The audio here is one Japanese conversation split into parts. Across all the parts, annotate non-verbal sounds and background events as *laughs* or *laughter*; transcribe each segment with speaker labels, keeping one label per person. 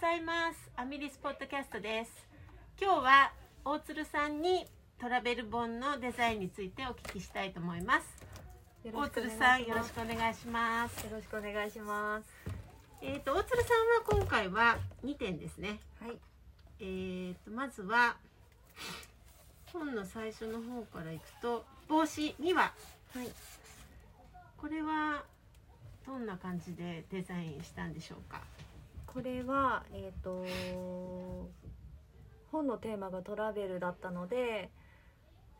Speaker 1: ざいますアミリスポッドキャストです今日は大鶴さんにトラベル本のデザインについてお聞きしたいと思います
Speaker 2: よろ
Speaker 1: 大
Speaker 2: しくお
Speaker 1: 鶴
Speaker 2: 願いし
Speaker 1: さんよ
Speaker 2: ま
Speaker 1: ろし
Speaker 2: す
Speaker 1: くお願いします
Speaker 2: よろしくお願いします
Speaker 1: えっ、と大鶴さんは今回は2点ですね
Speaker 2: はい
Speaker 1: えー、とまずは本の最初の方からいくと帽子には
Speaker 2: はい
Speaker 1: これはどんな感じでデザインしたんでしょうか
Speaker 2: これはえっ、と本のテーマがトラベルだったので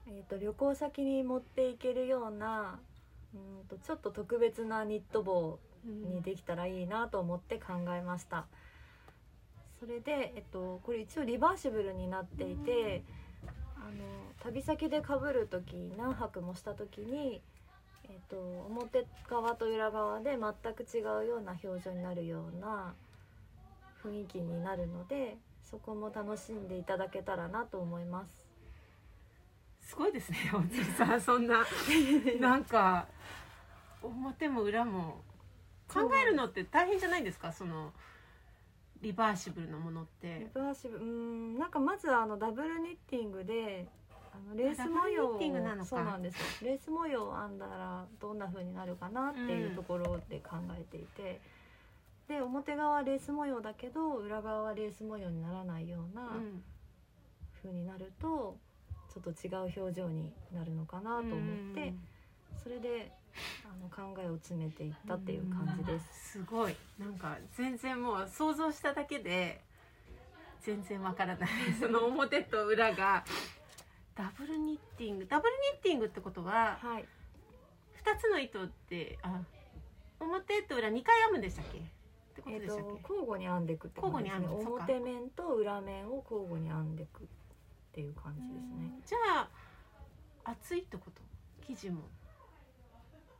Speaker 2: えっ、と旅行先に持っていけるようなうんとちょっと特別なニット帽にできたらいいなと思って考えましたそれで、えっと、これ一応リバーシブルになっていて、あの旅先でかぶる時何泊もした時に、えっと、表側と裏側で全く違うような表情になるような雰囲気になるのでそこも楽しんでいただけたらなと思います。
Speaker 1: すごいですね大鶴さんそんななんか表も裏も考えるのって大変じゃないですかそのリバーシブルなものっ
Speaker 2: リ
Speaker 1: て。
Speaker 2: バーシブうーんなんかまずあのダブルニッティングであのレース模様
Speaker 1: ダブルニッティングなのか
Speaker 2: をそうなんですよレース模様を編んだらどんな風になるかなってい
Speaker 1: うん
Speaker 2: うところで考えていて、で表側はレース模様だけど裏側はレース模様にならないよう
Speaker 1: う
Speaker 2: なん風になると、ちょっと違う表情になるのかなと思って、それであの考えを詰めていったっていう感じです。
Speaker 1: すごいなんか全然もう想像しただけで全然わからないその表と裏がダブルニッティングダブルニッティングってことは
Speaker 2: はい
Speaker 1: 2つの糸ってあ表と裏2回編むんでしたっけってこと
Speaker 2: えっ
Speaker 1: でしたっけ、
Speaker 2: と交互に編んでいくって感じですね
Speaker 1: 交互に編むそっか
Speaker 2: 表面と裏面を交互に編んでいくっていう感じですね
Speaker 1: うんじゃあ厚いってこと生地も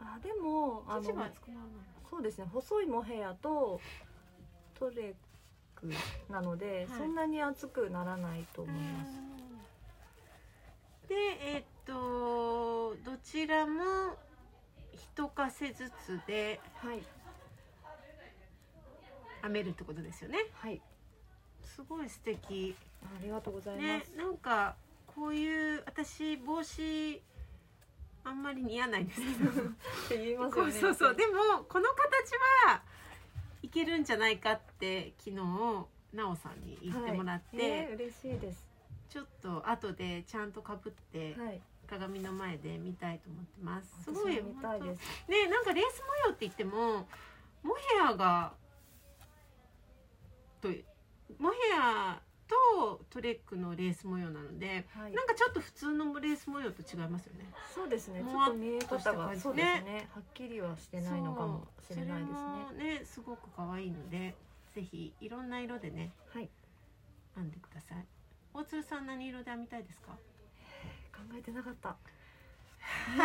Speaker 2: あでもあ
Speaker 1: 生地も
Speaker 2: の
Speaker 1: 厚くなるの
Speaker 2: そうですね細いモヘアとトレックなので、
Speaker 1: はい
Speaker 2: そんなに厚くならないと思います、
Speaker 1: うんでえっとどちらも一かせずつで
Speaker 2: はい
Speaker 1: 編めるってことですよね
Speaker 2: はい
Speaker 1: すごい素敵
Speaker 2: ありがとうございま
Speaker 1: ね
Speaker 2: す、
Speaker 1: なんかこういう私帽子あんまり似合わないんですけど
Speaker 2: って *laughs* 言います
Speaker 1: そ
Speaker 2: よ
Speaker 1: う
Speaker 2: ね
Speaker 1: そうそうでもこの形はいけるんじゃないかって昨日なおさんに言ってもらって、
Speaker 2: はいね嬉しいです
Speaker 1: ちょっと後でちゃんとかぶって
Speaker 2: はい
Speaker 1: 鏡の前で見たいと思ってます、す
Speaker 2: 私
Speaker 1: ごい
Speaker 2: も見たいです
Speaker 1: 本当ねなんかレース模様って言ってもモヘアがとモヘアとトレックのレース模様なので、
Speaker 2: はい
Speaker 1: なんかちょっと普通のレース模様と違いますよね
Speaker 2: そうですねち
Speaker 1: もわ
Speaker 2: ょ
Speaker 1: っ
Speaker 2: っ
Speaker 1: と
Speaker 2: と見え方が、
Speaker 1: した感じね
Speaker 2: そうですねはっきりはしてないのかもしれないですね
Speaker 1: そうそれもねすごく可愛いのでぜひいろんな色でね
Speaker 2: はい
Speaker 1: 編んでください大鶴さん何色で編みたいですか
Speaker 2: 考えてな
Speaker 1: *laughs*
Speaker 2: かった。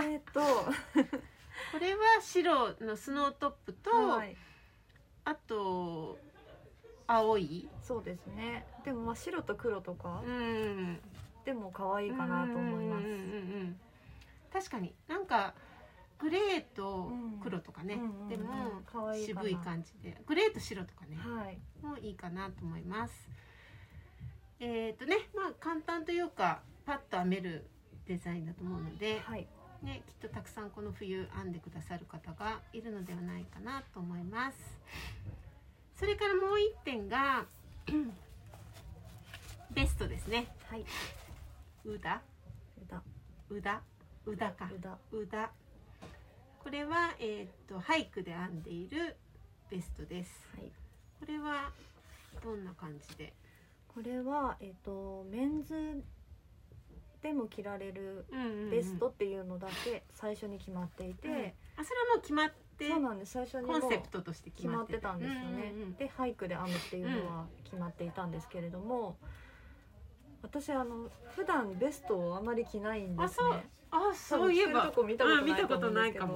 Speaker 2: えーっと、は
Speaker 1: これは白のスノートップと、
Speaker 2: い、
Speaker 1: あと青い
Speaker 2: そうですね。でもまあ白と黒とか
Speaker 1: うん
Speaker 2: でも可愛いかなと思います。
Speaker 1: うんうんうんうん確かになんかグレーと黒とかね、
Speaker 2: うんうんうん
Speaker 1: でも
Speaker 2: 可愛いかな
Speaker 1: 渋い感じでグレーと白とかね、
Speaker 2: はい、
Speaker 1: もいいかなと思います。えっ、とね、まあ簡単というかパッと編めるデザインだと思うので、
Speaker 2: はい、
Speaker 1: ねきっとたくさんこの冬編んでくださる方がいるのではないかなと思います。それからもう一点が *clears throat* ベストですね。
Speaker 2: はい、
Speaker 1: うだ
Speaker 2: うだ、
Speaker 1: うだうだか
Speaker 2: うだ、
Speaker 1: うだ。これはえっ、と俳句で編んでいるベストです。
Speaker 2: はい。
Speaker 1: これはどんな感じで？
Speaker 2: これはえーっとメンズでも着られる
Speaker 1: うんうんうん
Speaker 2: ベストっていうのだけ最初に決まっていて、
Speaker 1: あそれはもう決まって
Speaker 2: そうなんです。最初に
Speaker 1: コ
Speaker 2: も
Speaker 1: ンセプ
Speaker 2: う
Speaker 1: トとして決
Speaker 2: 決
Speaker 1: ま
Speaker 2: ま
Speaker 1: っ
Speaker 2: っててたんですよね、
Speaker 1: うんうんうん
Speaker 2: で俳句で編むっていうのは決まっていたんですけれども、私あの普段ベストをあまり着ないんで
Speaker 1: あ
Speaker 2: す
Speaker 1: そう
Speaker 2: ね
Speaker 1: あそういえば
Speaker 2: 多分着てるとこ見たこと
Speaker 1: うん
Speaker 2: な
Speaker 1: 見
Speaker 2: い
Speaker 1: た
Speaker 2: と
Speaker 1: こ
Speaker 2: 思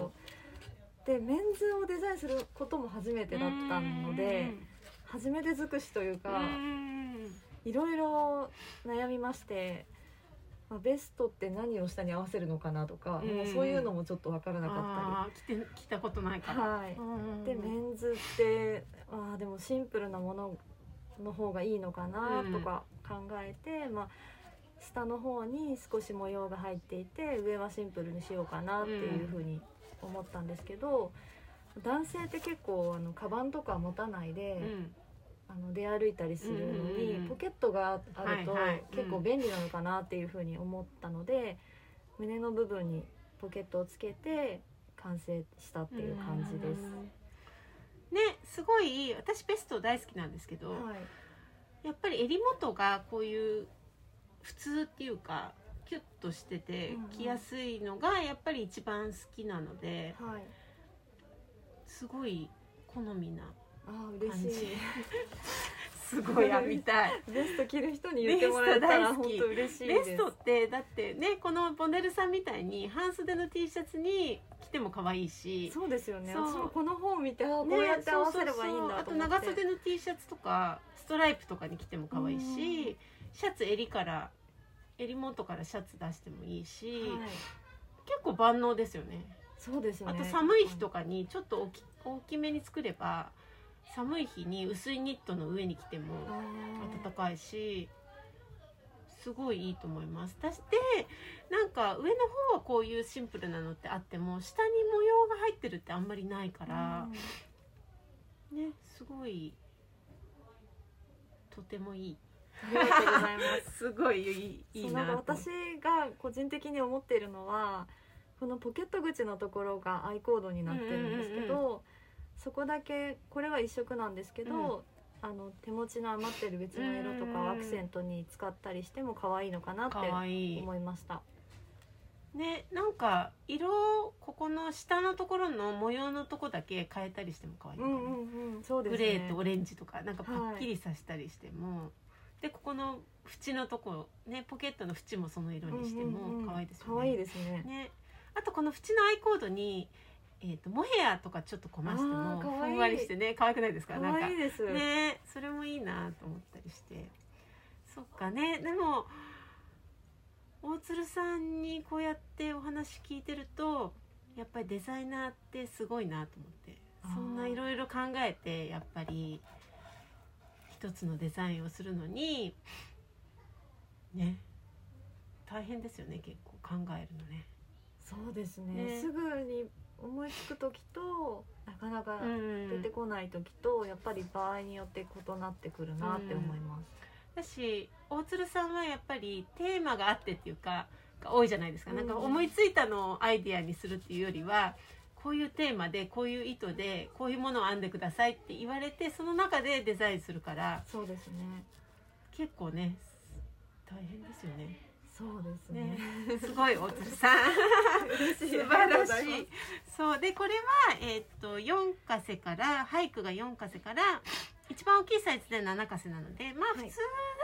Speaker 1: とない
Speaker 2: うんです
Speaker 1: か
Speaker 2: け
Speaker 1: も
Speaker 2: どでメンズをデザインすることも初めてだったので初めて尽くしという
Speaker 1: うんう
Speaker 2: か
Speaker 1: んうん
Speaker 2: いろいろ悩みまして、まあ、ベストって何を下に合わせるのかなとか
Speaker 1: うん
Speaker 2: もうそういうのもちょっと分からなか
Speaker 1: あー来て来たことない
Speaker 2: っ
Speaker 1: か
Speaker 2: たり。
Speaker 1: ら
Speaker 2: はい
Speaker 1: うんうんうん
Speaker 2: でメンズってあーでもシンプルなものの方がいいのかなとか考えて、まあ下の方に少し模様が入っていて上はシンプルにしようかなっていうふうに思ったんですけど、男性って結構あのカバンとか持たないで、
Speaker 1: うん
Speaker 2: あの出歩いたりするのに、
Speaker 1: うんうんうん
Speaker 2: ポケットがあると
Speaker 1: はいはいうん
Speaker 2: 結構便利なのかなっていうふうに思ったので、胸の部分にポケットをつけて完成したっていう感じです。
Speaker 1: ねすごい私ベスト大好きなんですけど、
Speaker 2: はい、
Speaker 1: やっぱり襟元がこういう普通っていうかキュッとしてて
Speaker 2: うんうん
Speaker 1: 着やすいのがやっぱり一番好きなので
Speaker 2: はい、
Speaker 1: すごい好みな
Speaker 2: あー嬉
Speaker 1: *laughs*
Speaker 2: しい。
Speaker 1: すごい編みたい。
Speaker 2: ベスト着る人に言ってもらえたら
Speaker 1: ベスト大好
Speaker 2: 本
Speaker 1: き
Speaker 2: 当嬉しい
Speaker 1: ベ
Speaker 2: です。
Speaker 1: ストってだってねこのボネルさんみたいに半袖の T シャツに着ても可愛いし
Speaker 2: そうですよね。
Speaker 1: そう
Speaker 2: 私もこの本を見て、あー
Speaker 1: ね
Speaker 2: こうやって合わせればいいん
Speaker 1: そうそうそう
Speaker 2: だ
Speaker 1: あ
Speaker 2: と
Speaker 1: と
Speaker 2: 思って。
Speaker 1: 長袖の T シャツとかストライプとかに着ても可愛いしシャツ襟から襟元からシャツ出してもいいし、
Speaker 2: はい、
Speaker 1: 結構万能ですよね
Speaker 2: そうですね。
Speaker 1: あと寒い日とかにちょっと大き大きめに作れば寒い日に薄いニットの上に着ても
Speaker 2: あー
Speaker 1: 暖かいしすごいいいと思います。だしてなんか上の方はこういうシンプルなのってあっても下に模様が入ってるってあんまりないから、ねすごいとてもいい
Speaker 2: うんありがとうございます。
Speaker 1: すごいいいい
Speaker 2: そ
Speaker 1: いうな
Speaker 2: なんか
Speaker 1: と思っ
Speaker 2: 私が個人的に思っているのはこのポケット口のところがアイコードになってるんですけど、
Speaker 1: うん
Speaker 2: そこだけこれは一色なんですけど、
Speaker 1: うん
Speaker 2: あの手持ちの余ってる別の色と
Speaker 1: うんう
Speaker 2: か
Speaker 1: んうん
Speaker 2: をアクセントに使ったりしても可愛いのかなって
Speaker 1: かわいい
Speaker 2: 思いました。
Speaker 1: ねなんか色ここの下のところの模様のとこだけ変えたりしても可愛い
Speaker 2: うん
Speaker 1: のかな
Speaker 2: うんうん、そうです
Speaker 1: グ
Speaker 2: ね。
Speaker 1: レーとオレンジとかなんかパッキリさしたりしても、でここの縁のとこねポケットの縁もその色にして
Speaker 2: うんうんうん
Speaker 1: も可愛いですよね。
Speaker 2: 可愛いですね。
Speaker 1: ねあとこの縁のアイコードに、えー、とモヘアとかちょっとこまして
Speaker 2: あ
Speaker 1: も
Speaker 2: ー可愛い
Speaker 1: ふんわりしてね可愛くないですか
Speaker 2: 可
Speaker 1: なん
Speaker 2: 愛
Speaker 1: か
Speaker 2: いです。
Speaker 1: ねそれもいいなと思ったりしてそっかねでも大鶴さんにこうやってお話聞いてるとやっぱりデザイナーってすごいなと思って
Speaker 2: あー
Speaker 1: そんないろいろ考えてやっぱり一つのデザインをするのにね大変ですよね結構考えるのね。
Speaker 2: そうですね。
Speaker 1: ね
Speaker 2: すぐに思いつく時となかなか出て
Speaker 1: ん、
Speaker 2: こない時とやっぱり場合によって異なってくるなって思います。
Speaker 1: だし大鶴さんはやっぱりテーマがあってっていうかが多いじゃないですかなんか思いついたのをアイディアにするっていうよりはこういうテーマでこういう意図でこういうものを編んでくださいって言われてその中でデザインするから
Speaker 2: そうですね。
Speaker 1: 結構ね大変ですよね。
Speaker 2: そうですね。 *laughs*
Speaker 1: ね、すごい大鶴さん
Speaker 2: 嬉し
Speaker 1: 素
Speaker 2: い
Speaker 1: 晴らしい。そうでこれはえーっと4カセから俳句が4カセから一番大きいサイズで7カセなのでまあ
Speaker 2: はい
Speaker 1: 普通だ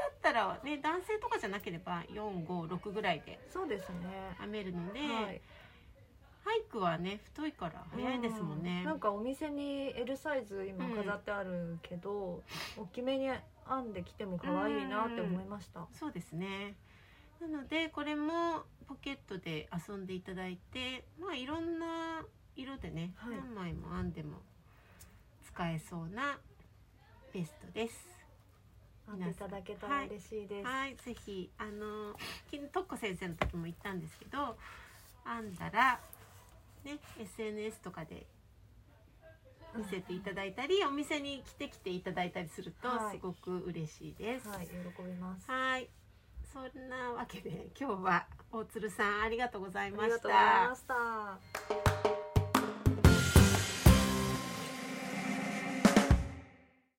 Speaker 1: ったらね、男性とかじゃなければ456ぐらいで
Speaker 2: そうですね。
Speaker 1: 編めるので、
Speaker 2: はい。
Speaker 1: 俳句はね太いから早いですもんね
Speaker 2: う。なんかお店に L サイズ今飾ってあるけど、大きめに編んできても可愛いなって思いました。
Speaker 1: そうですねなのでこれもポケットで遊んでいただいてまあいろんな色でね、
Speaker 2: はい
Speaker 1: 何枚も編んでも使えそうなベストです。
Speaker 2: 編んでいただけたら嬉しいです。
Speaker 1: はい、ぜひあのきとっこ先生の時も言ったんですけど編んだら、ね、SNS とかで見せていただいたり、お店に来てきていただいたりすると
Speaker 2: はい
Speaker 1: すごく嬉しいです。
Speaker 2: はい、喜びます。
Speaker 1: はい。そんなわけで今日は大鶴さんありがとうござい
Speaker 2: あ
Speaker 1: ま
Speaker 2: り
Speaker 1: し
Speaker 2: がとうござい
Speaker 1: た
Speaker 2: ま。した。